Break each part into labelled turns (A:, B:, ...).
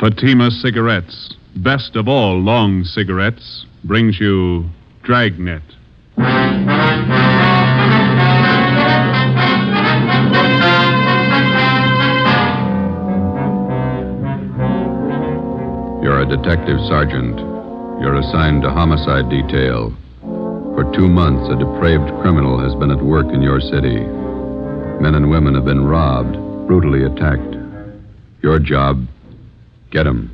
A: Fatima Cigarettes, best of all long cigarettes, brings you Dragnet.
B: You're a detective sergeant. You're assigned to homicide detail. For two months, a depraved criminal has been at work in your city. Men and women have been robbed, brutally attacked. Your job, get 'em.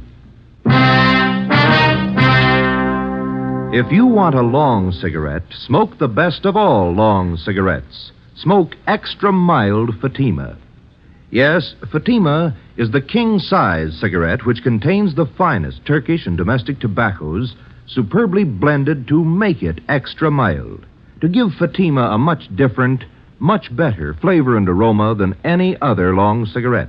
C: If you want a long cigarette, smoke the best of all long cigarettes. Smoke extra mild Fatima. Yes, Fatima is the king size cigarette which contains the finest Turkish and domestic tobaccos superbly blended to make it extra mild. To give Fatima a much different, much better flavor and aroma than any other long cigarette.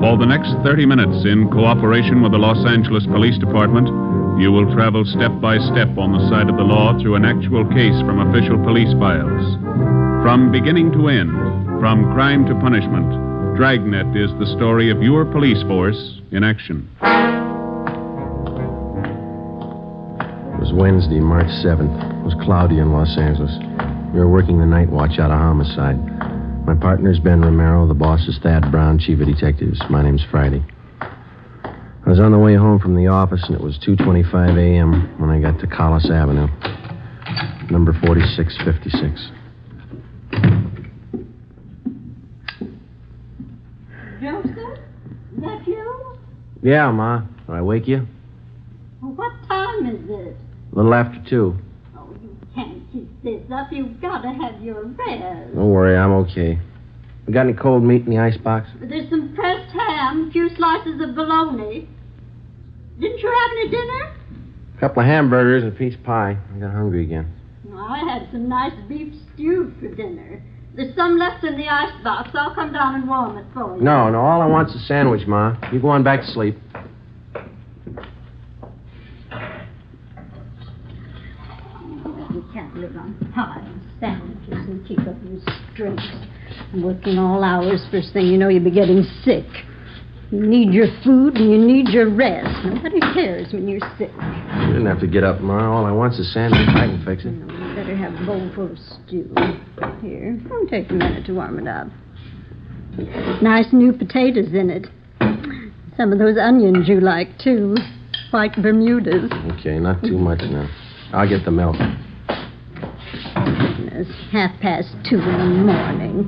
A: For the next 30 minutes, in cooperation with the Los Angeles Police Department, you will travel step by step on the side of the law through an actual case from official police files. From beginning to end, from crime to punishment, Dragnet is the story of your police force in action.
D: It was Wednesday, March 7th. It was cloudy in Los Angeles. We were working the night watch out of homicide. My partner's Ben Romero. The boss is Thad Brown, chief of detectives. My name's Friday. I was on the way home from the office, and it was 2.25 a.m. when I got to Collis Avenue, number 4656.
E: Joseph? Nephew?
D: Yeah, Ma. Did I wake you?
E: Well, What time is it?
D: A little after 2.
E: Oh, you can't keep this up. You've got to have your rest.
D: Don't worry, I'm okay. You got any cold meat in the icebox?
E: There's some pressed ham, a few slices of bologna. Didn't you have any dinner?
D: A couple of hamburgers and a peach pie. I got hungry again.
E: No, I had some nice beef stew for dinner. There's some left in the icebox. I'll come down and warm it for you.
D: No, no, all I want's a sandwich, Ma. You go on back to sleep.
E: You can't live on pie and sandwiches and keep up your strength. I'm working all hours. First thing you know, you'll be getting sick. You need your food and you need your rest. Nobody cares when you're sick.
D: You didn't have to get up, Ma. All I want's a sandwich. I can fix it.
E: No, you better have a bowl full of stew. Here, it'll take a minute to warm it up. Nice new potatoes in it. Some of those onions you like, too. White Bermudas.
D: Okay, not too much now. I'll get the milk.
E: It's half past two in the morning.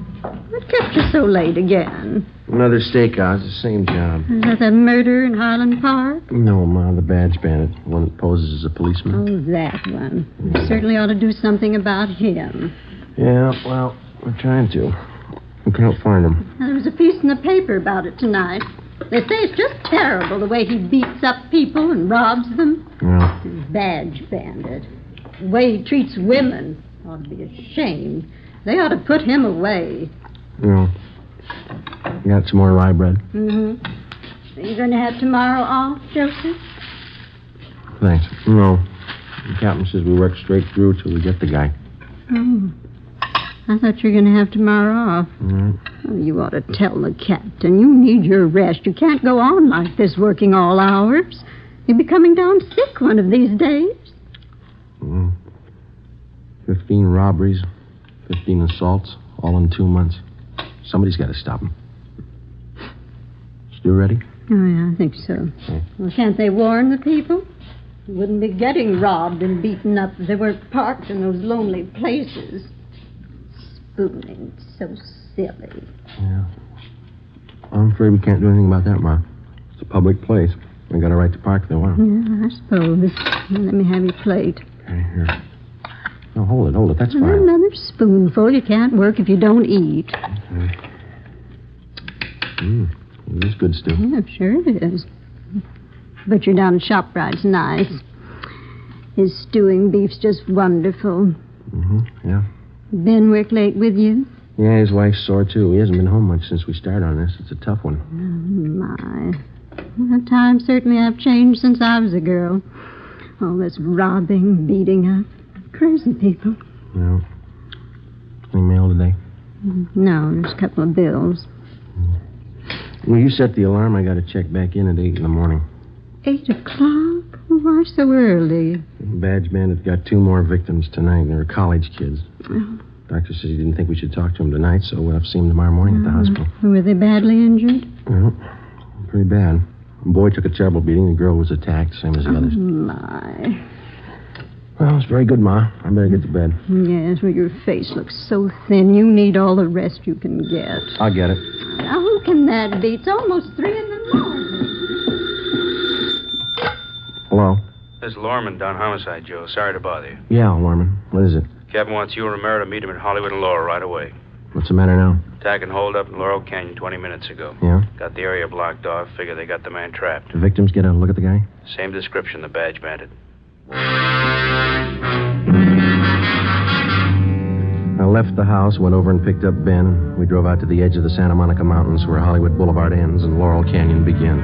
E: What kept you so late again?
D: Another steakhouse, the same job.
E: Is that the murder in Highland Park?
D: No, Ma, the badge bandit, the one that poses as a policeman.
E: Oh, that one. We certainly ought to do something about him.
D: Yeah, well, we're trying to. We can't find him.
E: Now, there was a piece in the paper about it tonight. They say it's just terrible the way he beats up people and robs them.
D: Yeah.
E: badge bandit. The way he treats women ought to be ashamed. They ought to put him away.
D: Yeah. You got some more rye bread?
E: Mm-hmm. Are you going to have tomorrow off, Joseph?
D: Thanks. No. The captain says we work straight through till we get the guy.
E: Mm. I thought you were going to have tomorrow off.
D: Mm.
E: Oh, you ought to tell the captain. You need your rest. You can't go on like this working all hours. You'll be coming down sick one of these days.
D: Mm. Fifteen robberies, fifteen assaults, all in two months. Somebody's got to stop them. You ready?
E: Oh, yeah, I think so.
D: Hmm.
E: Well, can't they warn the people? You wouldn't be getting robbed and beaten up if they weren't parked in those lonely places. Spooning, so silly.
D: Yeah. I'm afraid we can't do anything about that, Ma. It's a public place. We got a right to park there. Why?
E: Yeah, I suppose. Let me have your plate.
D: Okay, here. No, hold it, hold it. That's
E: Well,
D: fine.
E: Another spoonful. You can't work if you don't eat.
D: Mm. It is good, Stu.
E: Yeah, sure it is. Butcher down at ShopRite's nice. His stewing beef's just wonderful.
D: Mm-hmm. Yeah.
E: Ben Wick late with you?
D: Yeah, his wife's sore, too. He hasn't been home much since we started on this. It's a tough one.
E: Oh, My. Well, times certainly have changed since I was a girl. All this robbing, beating up. Crazy people.
D: Yeah. Any mail today?
E: No, there's a couple of bills.
D: Well, you set the alarm. I got to check back in at 8 in the morning.
E: Eight o'clock? Oh, Why so early?
D: Badge Bandit got two more victims tonight. They were college kids. Doctor says he didn't think we should talk to him tonight, so we'll have to see him tomorrow morning at the
E: Mm-hmm.
D: hospital.
E: Oh, Were they badly injured?
D: Well, pretty bad. The boy took a terrible beating. The girl was attacked, same as the others.
E: Oh, My.
D: Well, it's very good, Ma. I better get to bed.
E: Yes, well, your face looks so thin. You need all the rest you can get.
D: I'll get it.
E: Now, who can that be? It's almost three in the morning.
D: Hello?
F: This is Lorman down homicide, Joe. Sorry to bother you.
D: Yeah, Lorman. What is it?
F: Captain wants you and Romero to meet him at Hollywood and Laurel right away.
D: What's the matter now?
F: Attack and hold up in Laurel Canyon 20 minutes ago.
D: Yeah?
F: Got the area blocked off. Figure they got the man trapped.
D: The victims get a look at the guy?
F: Same description, the badge bandit.
D: I left the house, went over and picked up Ben, and we drove out to the edge of the Santa Monica Mountains where Hollywood Boulevard ends and Laurel Canyon begins.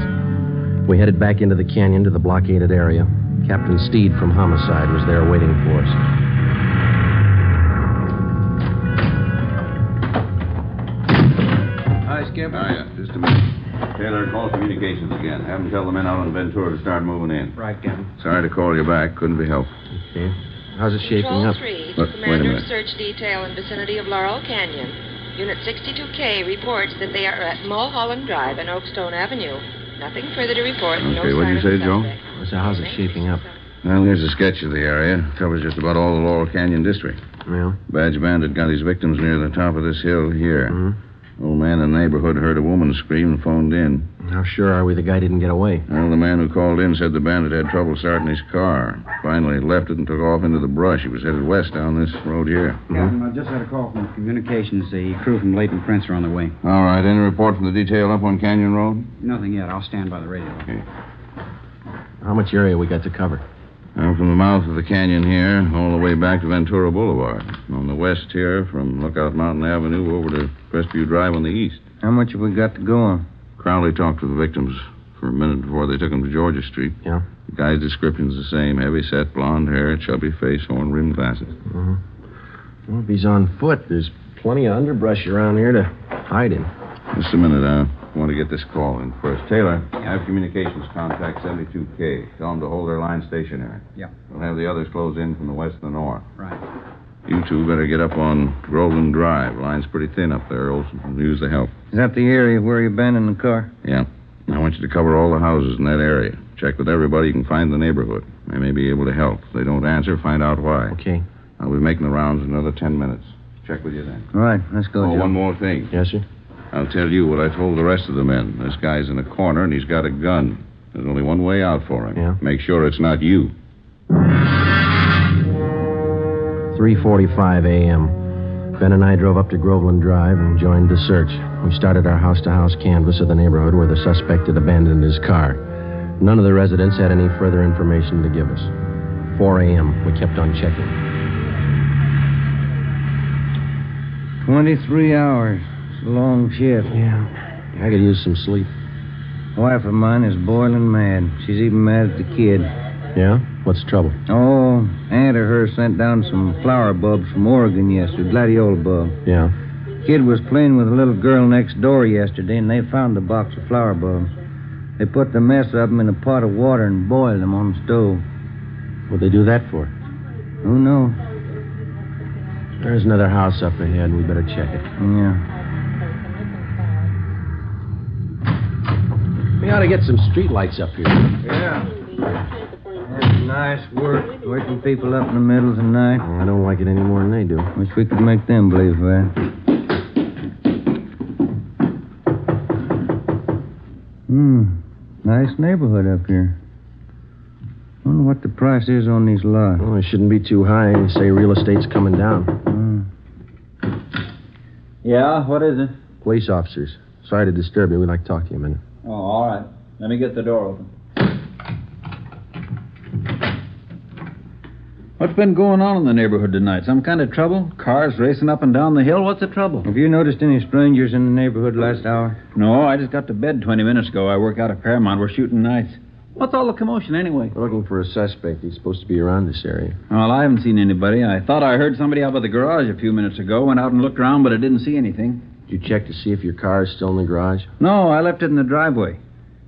D: We headed back into the canyon to the blockaded area. Captain Steed from Homicide was there waiting for us.
B: Hi, Skip. Hiya. Just a minute. Taylor, call communications again. Have them tell the men out on Ventura to start moving in.
D: Right, Captain.
B: Sorry to call you back. Couldn't be helped.
D: Okay. How's it shaping
G: Patrol
D: up?
G: 3
B: Look,
G: to
B: wait a
G: Commander
B: minute.
G: of Search Detail in vicinity of Laurel Canyon. Unit 62K reports that they are at Mulholland Drive and Oakstone Avenue. Nothing further to report. no
B: Okay, what'd you
G: sign of
B: say,
G: the
B: Joe?
G: suspect.
D: So how's it shaping up?
B: Well, here's a sketch of the area. Covers just about all the Laurel Canyon district.
D: Well,
B: Badge Bandit got his victims near the top of this hill here.
D: Mhm.
B: Old man in the neighborhood heard a woman scream and phoned in.
D: how sure are we the guy didn't get away?
B: Well, the man who called in said the bandit had trouble starting his car. Finally left it and took off into the brush. He was headed west down this road here.
D: Mm-hmm.
H: Hmm?
I: Captain, I just had a call from communications. The crew from Leighton Prince are on the way.
B: All right, any report from the detail up on Canyon Road?
I: Nothing yet. I'll stand by the radio.
D: How much area we got to cover?
B: Uh, from the mouth of the canyon here, all the way back to Ventura Boulevard. On the west here, from Lookout Mountain Avenue over to Crestview Drive on the east.
I: How much have we got to go on?
B: Crowley talked to the victims for a minute before they took him to Georgia Street.
D: Yeah.
B: The guy's description's the same heavy set, blonde hair, chubby face, horn rimmed glasses.
D: Mm-hmm. Well, if he's on foot, there's plenty of underbrush around here to hide in.
B: Just a minute, I want to get this call in first. Taylor, I have communications contact 72K. Tell them to hold their line stationary.
I: Yeah.
B: We'll have the others close in from the west and the north.
I: Right.
B: You two better get up on Groveland Drive. Line's pretty thin up there, Olson. We'll Use the help.
I: Is that the area where you abandoned the car?
B: Yeah. I want you to cover all the houses in that area. Check with everybody you can find in the neighborhood. They may be able to help. If they don't answer, find out why.
D: Okay.
B: I'll be making the rounds in another ten minutes. Check with you then.
I: All right. Let's go,
B: Oh,
I: Joe.
B: one more thing.
D: Yes, sir?
B: I'll tell you what I told the rest of the men. This guy's in a corner and he's got a gun. There's only one way out for him.
D: Yeah.
B: Make sure it's not you.
D: 3.45 a.m. Ben and I drove up to Groveland Drive and joined the search. We started our house-to-house canvass of the neighborhood where the suspect had abandoned his car. None of the residents had any further information to give us. 4 a.m. We kept on checking.
I: 23 hours. It's a long shift.
D: Yeah. I could use some sleep.
I: A wife of mine is boiling mad. She's even mad at the kid.
D: Yeah? What's the trouble?
I: Oh, aunt of hers sent down some flower bulbs from Oregon yesterday, gladiola bulb.
D: Yeah.
I: Kid was playing with a little girl next door yesterday, and they found a box of flower bulbs. They put the mess of 'em in a pot of water and boiled 'em on the stove.
D: What'd they do that for?
I: Who knows?
D: There's another house up ahead. We better check it.
I: Yeah.
D: We ought to get some street lights up here.
I: Yeah. That's nice work. Waking people up in the middle of the night.
D: I don't like it any more than they do.
I: Wish we could make them believe that. Hmm. Nice neighborhood up here. Wonder what the price is on these lots.
D: Well, it shouldn't be too high. They say real estate's coming down.
H: Yeah, what is it?
D: Police officers. Sorry to disturb you. We'd like to talk to you a minute.
H: Oh, all right. Let me get the door open. What's been going on in the neighborhood tonight? Some kind of trouble? Cars racing up and down the hill? What's the trouble?
I: Have you noticed any strangers in the neighborhood last hour?
H: No, I just got to bed 20 minutes ago. I work out at Paramount. We're shooting nights. What's all the commotion anyway?
D: We're looking for a suspect. He's supposed to be around this area.
H: Well, I haven't seen anybody. I thought I heard somebody out by the garage a few minutes ago. Went out and looked around, but I didn't see anything.
D: Did you check to see if your car is still in the garage?
H: No, I left it in the driveway.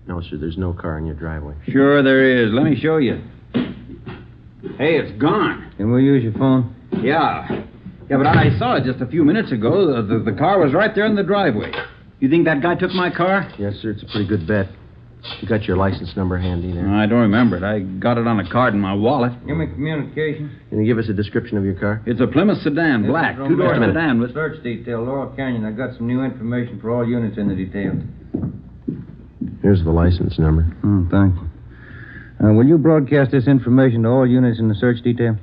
D: No, sir. There's no car in your driveway.
H: Sure, there is. Let me show you. Hey, it's gone.
I: Can we use your phone?
H: Yeah. Yeah, but I saw it just a few minutes ago. The, the, the car was right there in the driveway. You think that guy took my car?
D: Yes, sir. It's a pretty good bet. You got your license number handy there.
H: I don't remember it. I got it on a card in my wallet.
I: Give me communications.
D: Can you give us a description of your car?
H: It's a Plymouth sedan, black,
I: This is
H: two-door
I: Romero.
H: sedan. With...
I: Search detail, Laurel Canyon. I got some new information for all units in the detail.
D: Here's the license number.
I: Oh, thank you. Uh, will you broadcast this information to all units in the search detail?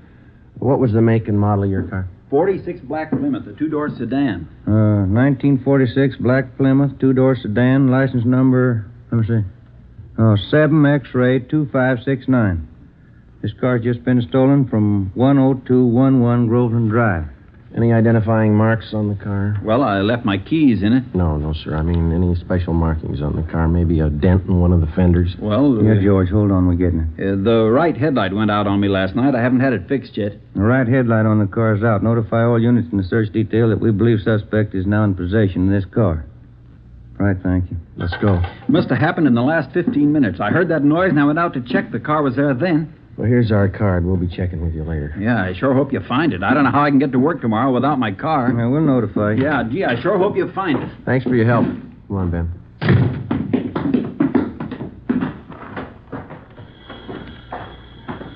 D: What was the make and model of your car?
H: 46 black Plymouth, a two-door sedan.
I: Uh, 1946 Black Plymouth, two door sedan, license number, let me see, uh, 7X ray 2569. This car's just been stolen from 10211 Groveland Drive.
D: Any identifying marks on the car?
H: Well, I left my keys in it.
D: No, no, sir. I mean, any special markings on the car? Maybe a dent in one of the fenders?
H: Well,
I: Yeah,
H: uh,
I: George, hold on, we're getting it.
H: uh, the right headlight went out on me last night. I haven't had it fixed yet.
I: The right headlight on the car is out. Notify all units in the search detail that we believe suspect is now in possession of this car. Right, thank you.
D: Let's go.
H: Must have happened in the last 15 minutes. I heard that noise and I went out to check. The car was there then.
D: Well, here's our card. We'll be checking with you later.
H: Yeah, I sure hope you find it. I don't know how I can get to work tomorrow without my car.
I: Yeah, we'll notify you.
H: Yeah, gee, I sure hope you find it.
D: Thanks for your help. Come on, Ben.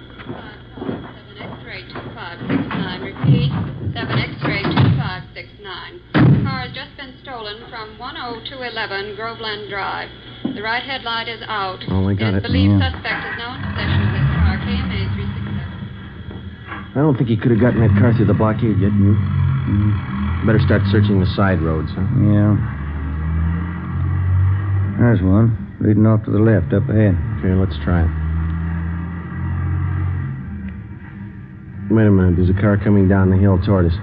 J: Seven X-ray two five six nine. Repeat, seven X-ray two five six nine. Car has just been stolen from one oh two eleven Groveland Drive. The right headlight is out.
D: Oh, we got
J: It
D: it.
J: is believed
D: Yeah.
J: suspect is now in possession of this car, KMA three six seven.
D: I don't think he could have gotten that car through the blockade yet. You better start searching the side roads, huh?
I: Yeah. There's one, leading off to the left, up ahead.
D: Okay, let's try it. Wait a minute. There's a car coming down the hill toward us.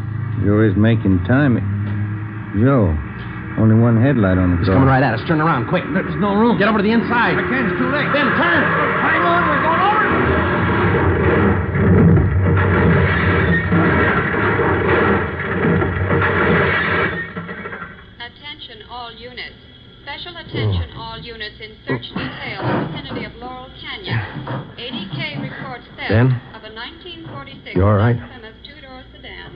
I: Sure is making time. Joe, only one headlight on the
D: It's
I: car.
D: coming right at us. Turn around, quick. There's no room. Get over to the inside. I can't. It's too late. Ben, turn. Hang on. We're going over.
J: Attention all units. Special attention all units in search detail in the vicinity of Laurel Canyon. ADK reports theft
D: Ben?
J: of a 1946
D: You all right?
J: Plymouth two-door sedan.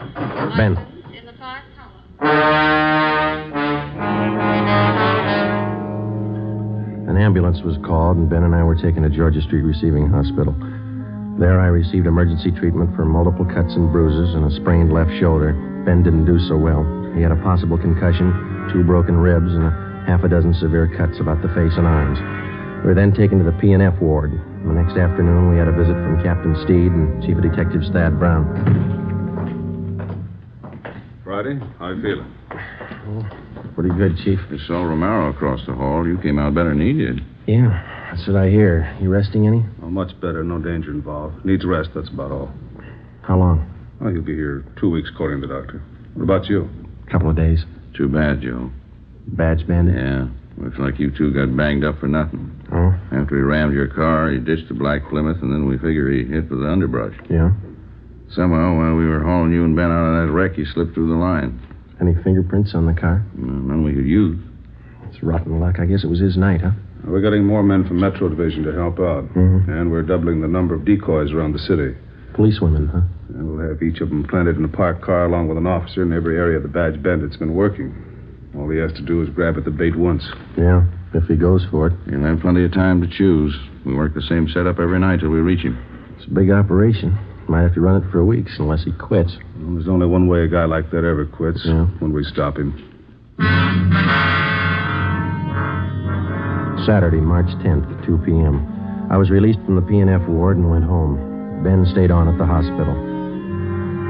D: Ben.
J: License in the five columns.
D: An ambulance was called, and Ben and I were taken to Georgia Street Receiving Hospital. There, I received emergency treatment for multiple cuts and bruises and a sprained left shoulder. Ben didn't do so well. He had a possible concussion, two broken ribs, and a half a dozen severe cuts about the face and arms. We were then taken to the P&F ward. The next afternoon, we had a visit from Captain Steed and Chief of Detectives Thad Brown.
K: Friday, how you feeling?
D: Pretty good, Chief.
K: I saw Romero across the hall. You came out better than he did.
D: Yeah, that's what I hear. You resting any?
K: Oh, much better. No danger involved. Needs rest, that's about all.
D: How long?
K: Oh, he'll be here two weeks, according to the doctor. What about you?
D: A couple of days.
K: Too bad, Joe.
D: Badge bandit?
K: Yeah.
B: Looks like you two got banged up for nothing.
D: Oh?
B: After he rammed your car, he ditched the black Plymouth, and then we figure he hit with the underbrush.
D: Yeah?
B: Somehow, while we were hauling you and Ben out of that wreck, he slipped through the line.
D: Any fingerprints on the car?
B: No, Mm, none we could use.
D: It's rotten luck. I guess it was his night, huh?
K: We're getting more men from Metro Division to help out. And we're doubling the number of decoys around the city.
D: Police women, huh?
K: And we'll have each of them planted in a parked car along with an officer in every area the badge bandit's been working. All he has to do is grab at the bait once.
D: Yeah, if he goes for it.
B: You'll have plenty of time to choose. We work the same setup every night till we reach him.
D: It's a big operation. Might have to run it for weeks unless he quits.
K: Well, there's only one way a guy like that ever quits when we stop him.
D: Saturday, March 10th, 2 p.m. I was released from the P&F ward and went home. Ben stayed on at the hospital.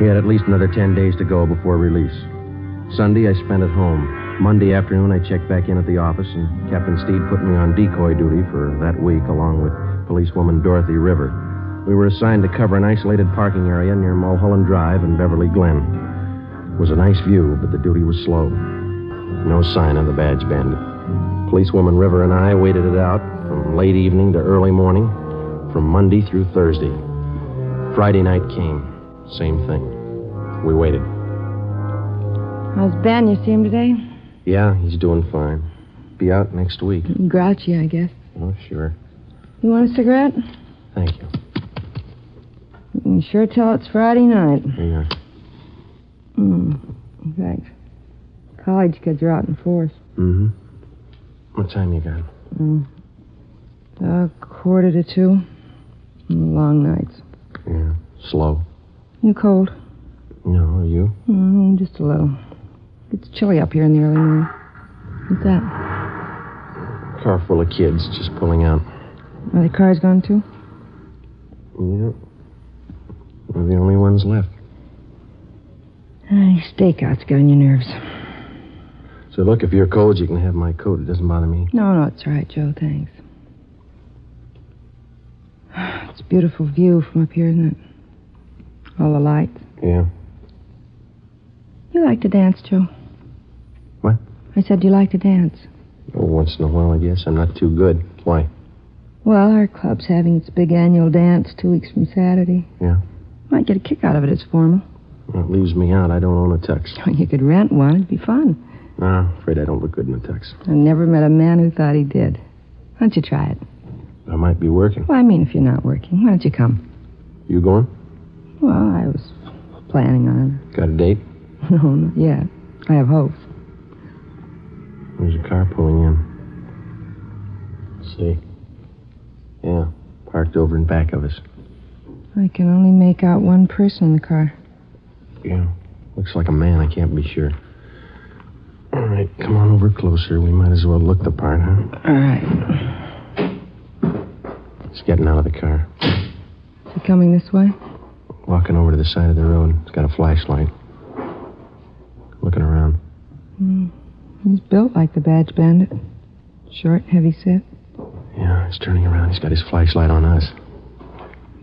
D: He had at least another 10 days to go before release. Sunday, I spent at home. Monday afternoon, I checked back in at the office, and Captain Steed put me on decoy duty for that week, along with policewoman Dorothy River. We were assigned to cover an isolated parking area near Mulholland Drive and Beverly Glen. It was a nice view, but the duty was slow. No sign of the badge bandit. Policewoman River and I waited it out from late evening to early morning, from Monday through Thursday. Friday night came. Same thing. We waited.
L: How's Ben? You see him today?
D: Yeah, he's doing fine. Be out next week.
L: Grouchy, I guess.
D: Oh, sure.
L: You want a cigarette?
D: Thank you.
L: You can sure tell it's Friday night.
D: Yeah.
L: Mm, in fact, college kids are out in force.
D: Mm-hmm. What time you got?
L: Mm. A quarter to two. Mm, Long nights.
D: Yeah. Slow.
L: You cold?
D: No, you?
L: Mm, just a little. It's chilly up here in the early morning. What's that?
D: Car full of kids just pulling out.
L: Are the cars gone too?
D: Yeah. We're the only ones left.
L: Hey, stakeout's got on your nerves.
D: So look, if you're cold, you can have my coat. It doesn't bother me.
L: No, no, it's all right, Joe. Thanks. It's a beautiful view from up here, isn't it? All the lights.
D: Yeah.
L: You like to dance, Joe.
D: What?
L: I said you like to dance.
D: Oh, once in a while, I guess. I'm not too good. Why?
L: Well, our club's having its big annual dance two weeks from Saturday.
D: Yeah.
L: Might get a kick out of it. It's formal.
D: Well, it leaves me out. I don't own a tux.
L: Oh, You could rent one. It'd be fun.
D: Ah, afraid I don't look good in a tux.
L: I never met a man who thought he did. Why don't you try it?
D: I might be working.
L: Well, I mean, if you're not working, why don't you come?
D: You going?
L: Well, I was planning on.
D: Got a date?
L: No, not yet. I have hopes.
D: There's a car pulling in. See. Yeah, parked over in back of us.
L: I can only make out one person in the car.
D: Yeah. Looks like a man. I can't be sure. All right, come on over closer. We might as well look the part, huh?
L: All right.
D: He's getting out of the car.
L: Is he coming this way?
D: Walking over to the side of the road. He's got a flashlight. Looking around.
L: Hmm. He's built like the Badge Bandit. Short, heavy set.
D: Yeah, he's turning around. He's got his flashlight on us.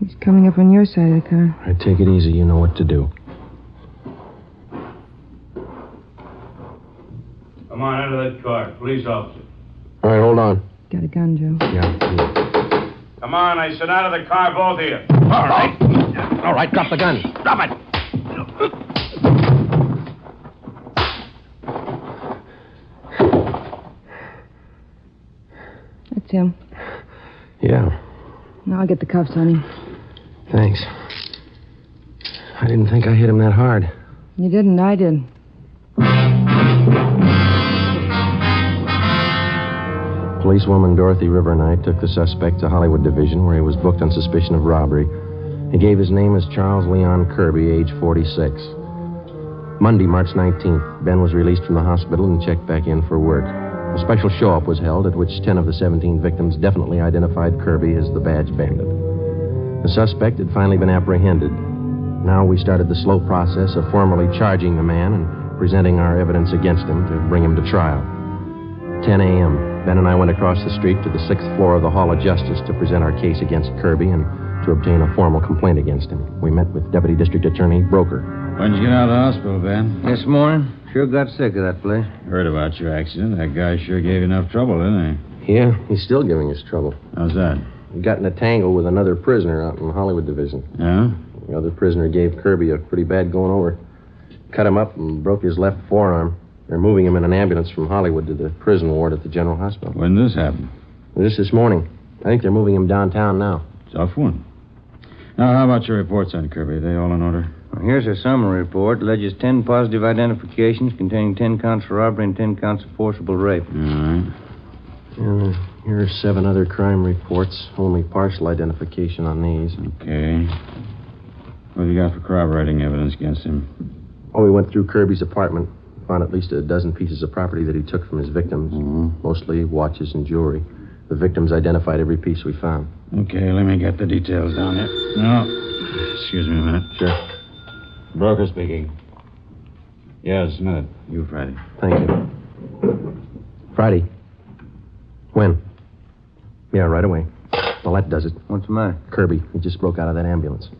L: He's coming up on your side of the car.
D: All right, take it easy. You know what to do.
M: Come on, out of that car. Police officer.
D: All right, hold on.
L: Got a gun, Joe.
D: Yeah.
M: Come on, I said out of the car, both of you.
D: All right. All right, drop the gun. Drop it.
L: That's him.
D: Yeah,
L: Now I'll get the cuffs on him.
D: thanks. I didn't think I hit him that hard.
L: You didn't, I did.
D: Policewoman Dorothy River and I took the suspect to Hollywood Division, where he was booked on suspicion of robbery. He gave his name as Charles Leon Kirby, age 46. Monday, March 19th, Ben was released from the hospital and checked back in for work. A special show up was held at which 10 of the 17 victims definitely identified Kirby as the badge bandit. The suspect had finally been apprehended. Now we started the slow process of formally charging the man and presenting our evidence against him to bring him to trial. 10 a.m. Ben and I went across the street to the sixth floor of the Hall of Justice to present our case against Kirby and to obtain a formal complaint against him. We met with Deputy District Attorney Broker.
H: When'd you get out of the hospital, Ben? This morning.
I: Sure got sick of that place.
N: Heard about your accident. That guy sure gave you enough trouble, didn't
D: he? Yeah, he's still giving us trouble.
N: How's that?
D: He got in a tangle with another prisoner out in the Hollywood division.
N: Yeah?
D: The other prisoner gave Kirby a pretty bad going over. Cut him up and broke his left forearm. They're moving him in an ambulance from Hollywood to the prison ward at the General Hospital.
N: When did this happen?
D: Just this morning. I think they're moving him downtown now.
N: Tough one. Now, how about your reports on Kirby? Are they all in order?
I: Well, here's a summary report. Alleges 10 positive identifications containing 10 counts of robbery and 10 counts of forcible rape.
N: All
D: Mm.
N: right.
D: Uh, here are seven other crime reports. Only partial identification on these.
N: Okay. What have you got for corroborating evidence against him?
D: Oh, we went through Kirby's apartment. Found at least a dozen pieces of property that he took from his victims, mm-hmm. mostly watches and jewelry. The victims identified every piece we found.
N: Okay, let me get the details down here. No. Excuse me a minute.
D: Sure.
N: Broker speaking. Yes, a minute. You, Friday.
D: Thank you. Friday. When? Yeah, right away. Well, that does it.
I: What's the matter?
D: Kirby. He just broke out of that ambulance.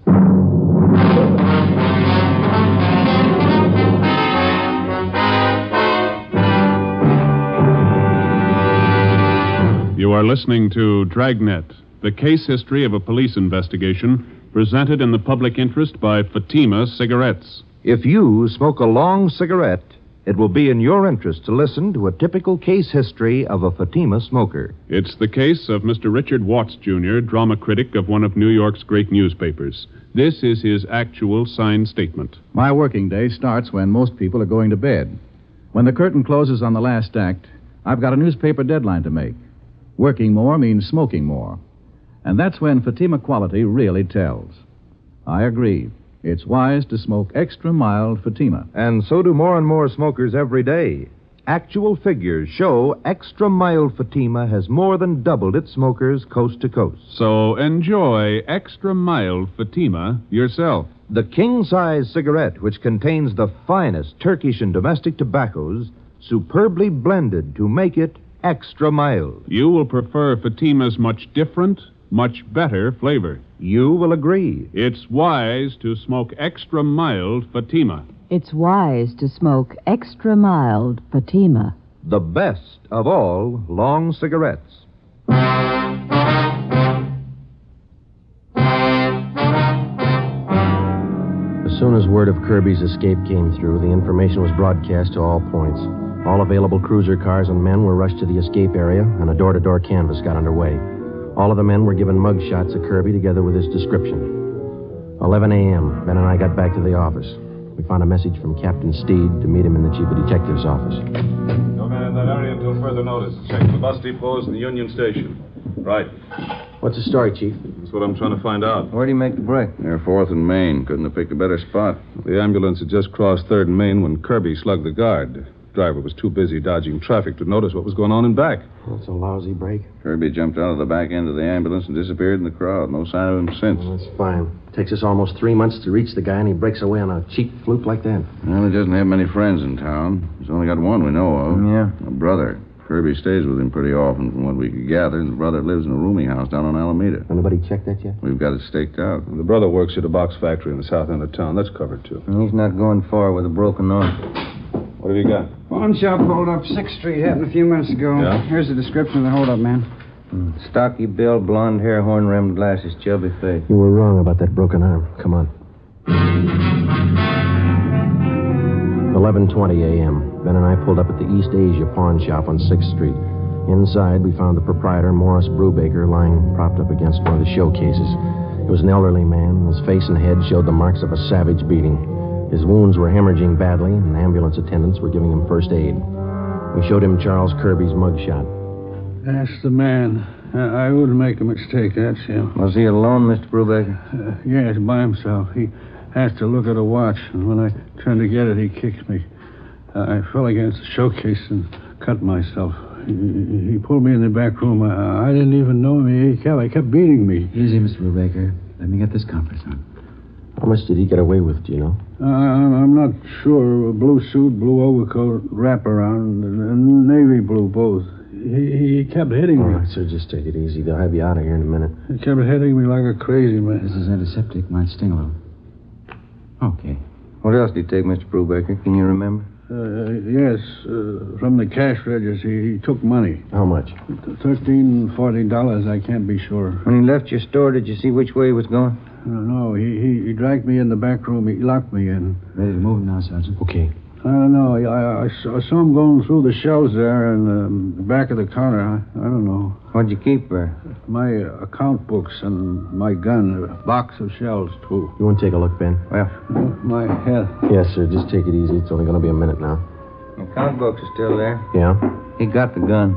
A: You are listening to Dragnet, the case history of a police investigation presented in the public interest by Fatima Cigarettes.
C: If you smoke a long cigarette, it will be in your interest to listen to a typical case history of a Fatima smoker.
A: It's the case of Mr. Richard Watts, Jr., drama critic of one of New York's great newspapers. This is his actual signed statement.
O: My working day starts when most people are going to bed. When the curtain closes on the last act, I've got a newspaper deadline to make. Working more means smoking more. And that's when Fatima quality really tells. I agree. It's wise to smoke extra mild Fatima.
C: And so do more and more smokers every day. Actual figures show extra mild Fatima has more than doubled its smokers coast to coast.
A: So enjoy extra mild Fatima yourself.
C: The king size cigarette, which contains the finest Turkish and domestic tobaccos, superbly blended to make it extra mild.
A: You will prefer Fatima's much different, much better flavor.
C: You will agree.
A: It's wise to smoke extra mild Fatima.
P: It's wise to smoke extra mild Fatima.
C: The best of all long cigarettes.
D: As soon as word of Kirby's escape came through, the information was broadcast to all points. All available cruiser cars and men were rushed to the escape area, and a door to door canvass got underway. All of the men were given mugshots of Kirby together with his description. 11 a.m., Ben and I got back to the office. We found a message from Captain Steed to meet him in the chief of detective's office.
M: No men in that area until further notice. Check the bus depots and the Union Station. Right.
D: What's the story, Chief?
M: That's what I'm trying to find out.
I: Where'd he make the break?
K: Near 4th and Main. Couldn't have picked a better spot. The ambulance had just crossed 3rd and Main when Kirby slugged the guard driver was too busy dodging traffic to notice what was going on in back.
D: That's a lousy break.
K: Kirby jumped out of the back end of the ambulance and disappeared in the crowd. No sign of him since.
D: Well, that's fine. Takes us almost three months to reach the guy, and he breaks away on a cheap fluke like that.
K: Well, he doesn't have many friends in town. He's only got one we know of.
I: Yeah.
K: A brother. Kirby stays with him pretty often, from what we could gather, and the brother lives in a rooming house down on Alameda.
D: Anybody checked that yet?
K: We've got it staked out.
M: The brother works at a box factory in the south end of town. That's covered, too.
I: And he's not going far with a broken arm.
M: What have you got?
Q: Pawn shop holdup, 6th Street. Happened a few minutes ago.
M: Yeah?
Q: Here's the description of the holdup, man.
I: Mm. Stocky build, blonde hair, horn rimmed glasses, chubby face.
D: You were wrong about that broken arm. Come on. 11:20 a.m. Ben and I pulled up at the East Asia pawn shop on 6th Street. Inside, we found the proprietor, Morris Brubaker, lying propped up against one of the showcases. He was an elderly man. His face and head showed the marks of a savage beating. His wounds were hemorrhaging badly, and ambulance attendants were giving him first aid. We showed him Charles Kirby's mugshot.
Q: That's the man. I, I wouldn't make a mistake, that's him.
I: Was he alone, Mr. Brubaker?
Q: Uh, yes, by himself. He asked to look at a watch, and when I turned to get it, he kicked me. Uh, I fell against the showcase and cut myself. He, he pulled me in the back room. I, I didn't even know him. He kept, he kept beating me.
R: Easy, Mr. Brubaker. Let me get this conference on.
D: How much did he get away with, do you know?
Q: Uh, I'm not sure. A blue suit, blue overcoat, wraparound, and navy blue both. He, he kept hitting
D: All
Q: me.
D: right, sir, just take it easy. They'll have you out of here in a minute.
Q: He kept hitting me like a crazy man.
R: This is antiseptic. Might sting a little. Okay.
I: What else did he take, Mr. Brubaker? Can you remember?
Q: Uh, yes, uh, from the cash register. He took money.
D: How much?
Q: Thirteen, forty dollars. I can't be sure.
I: When he left your store, did you see which way he was going?
Q: No, no. He, he he dragged me in the back room. He locked me in.
R: Ready to move now, Sergeant.
D: Okay.
Q: I don't know. I, I, saw, I saw him going through the shelves there in um, the back of the counter. I, I don't know.
I: What'd you keep there?
Q: My uh, account books and my gun, a box of shells, too.
D: You want to take a look, Ben?
I: Well,
Q: my head.
D: Yes, sir. Just take it easy. It's only going to be a minute now.
I: The account books are still there.
D: Yeah?
I: He got the gun.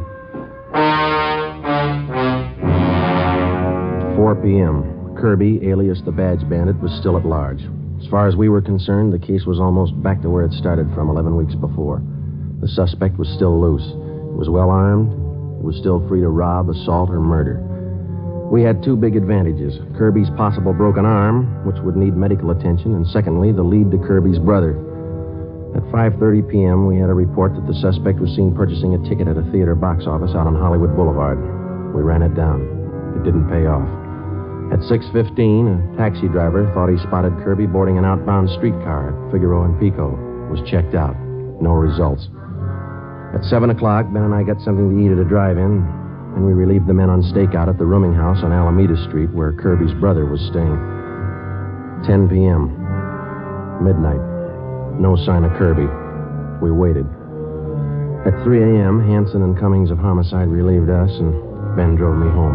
D: 4 p.m. Kirby, alias the Badge Bandit, was still at large. As far as we were concerned, the case was almost back to where it started from 11 weeks before. The suspect was still loose. It was well armed. It was still free to rob, assault, or murder. We had two big advantages Kirby's possible broken arm, which would need medical attention, and secondly, the lead to Kirby's brother. At 5:30 p.m., we had a report that the suspect was seen purchasing a ticket at a theater box office out on Hollywood Boulevard. We ran it down. It didn't pay off. At 6:15, a taxi driver thought he spotted Kirby boarding an outbound streetcar at Figaro and Pico. Was checked out. No results. At 7 o'clock, Ben and I got something to eat at a drive-in, and we relieved the men on stakeout at the rooming house on Alameda Street where Kirby's brother was staying. 10 p.m. Midnight. No sign of Kirby. We waited. At 3 a.m., Hanson and Cummings of Homicide relieved us, and Ben drove me home.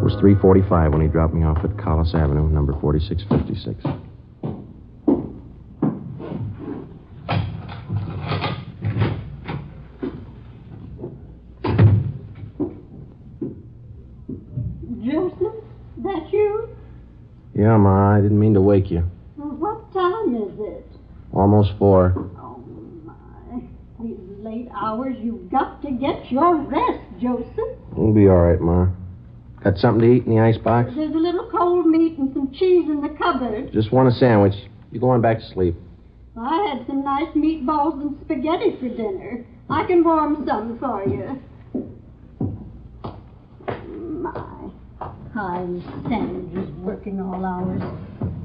D: It was 3:45 when he dropped me off at Collis Avenue, number 4656.
E: Joseph, that you?
D: Yeah, Ma, I didn't mean to wake you.
E: Well, What time is it?
D: Almost four.
E: These late hours, you've got to get your rest, Joseph.
D: We'll be all right, Ma. Got something to eat in the icebox?
E: There's a little cold meat and some cheese in the cupboard.
D: Just want a sandwich. You go on back to sleep.
E: I had some nice meatballs and spaghetti for dinner. I can warm some for you. My, how this sandwich is working all hours.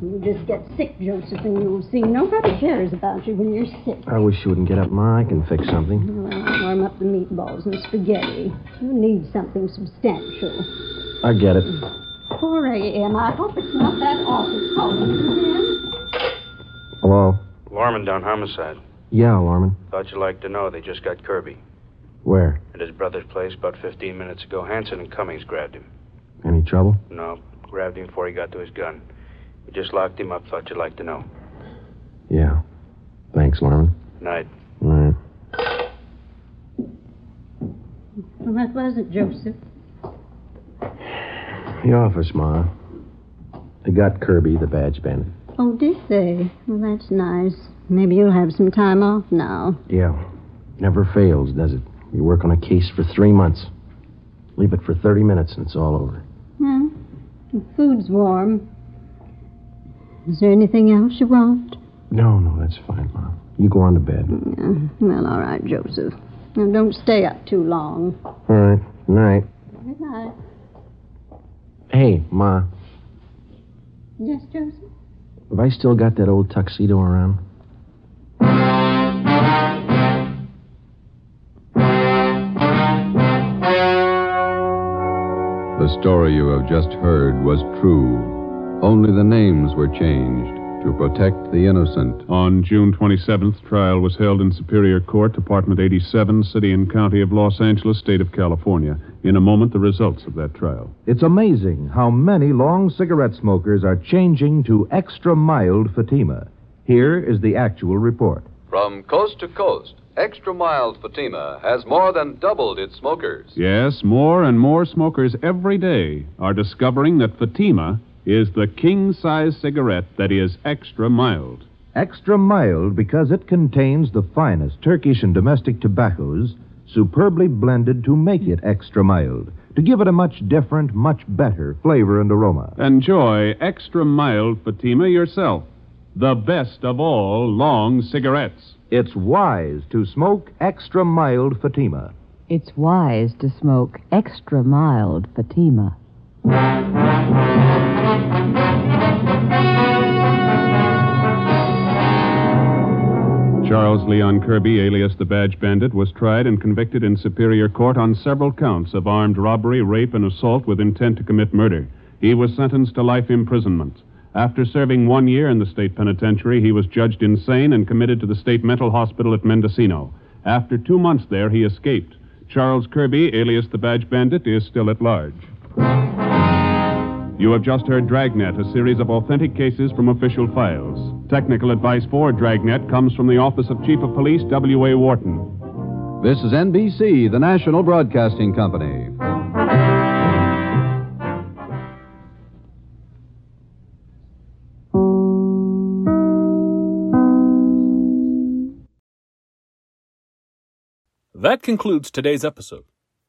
E: You just get sick, Joseph, and you'll see nobody cares about you when you're sick.
D: I wish you wouldn't get up, Ma. I can fix something.
E: Well, I'll warm up the meatballs and spaghetti. You need something substantial.
D: I get it.
E: 4 a.m. I hope it's not that office calling you
D: Hello?
F: Lorman down homicide.
D: Yeah, Lorman.
F: Thought you'd like to know they just got Kirby.
D: Where?
F: At his brother's place about 15 minutes ago, Hanson and Cummings grabbed him.
D: Any trouble?
F: No, grabbed him before he got to his gun. We just locked him up. Thought you'd like to know.
D: Yeah. Thanks, Lorman.
F: Night.
D: All right.
E: Well, that wasn't Joseph.
D: The office, Ma. They got Kirby, the badge bandit.
E: Oh, did they? Well, that's nice. Maybe you'll have some time off now.
D: Yeah. Never fails, does it? You work on a case for three months. Leave it for 30 minutes and it's all over.
E: Well, the food's warm. Is there anything else you want?
D: No, no, that's fine, Ma. You go on to bed.
E: Yeah. Well, all right, Joseph. Now, don't stay up too long.
D: All right. Good night.
E: Good night.
D: Hey, Ma,
E: Yes, Joseph?
D: have I still got that old tuxedo around?
B: The story you have just heard was true. Only the names were changed to protect the innocent.
A: On June 27th, trial was held in Superior Court, Department 87, City and County of Los Angeles, State of California. In a moment, the results of that trial.
C: It's amazing how many long cigarette smokers are changing to extra mild Fatima. Here is the actual report.
S: From coast to coast, extra mild Fatima has more than doubled its smokers.
A: Yes, more and more smokers every day are discovering that Fatima is the king size cigarette that is extra mild.
C: Extra mild because it contains the finest Turkish and domestic tobaccos, superbly blended to make it extra mild, to give it a much different, much better flavor and aroma.
A: Enjoy extra mild Fatima yourself, the best of all long cigarettes.
C: It's wise to smoke extra mild Fatima.
P: It's wise to smoke extra mild Fatima.
A: Charles Leon Kirby, alias the Badge Bandit, was tried and convicted in Superior Court on several counts of armed robbery, rape, and assault with intent to commit murder. He was sentenced to life imprisonment. After serving one year in the state penitentiary, he was judged insane and committed to the state mental hospital at Mendocino. After two months there, he escaped. Charles Kirby, alias the Badge Bandit, is still at large. You have just heard Dragnet, a series of authentic cases from official files. Technical advice for Dragnet comes from the Office of Chief of Police W.A. Wharton.
B: This is NBC, the national broadcasting company.
T: That concludes today's episode.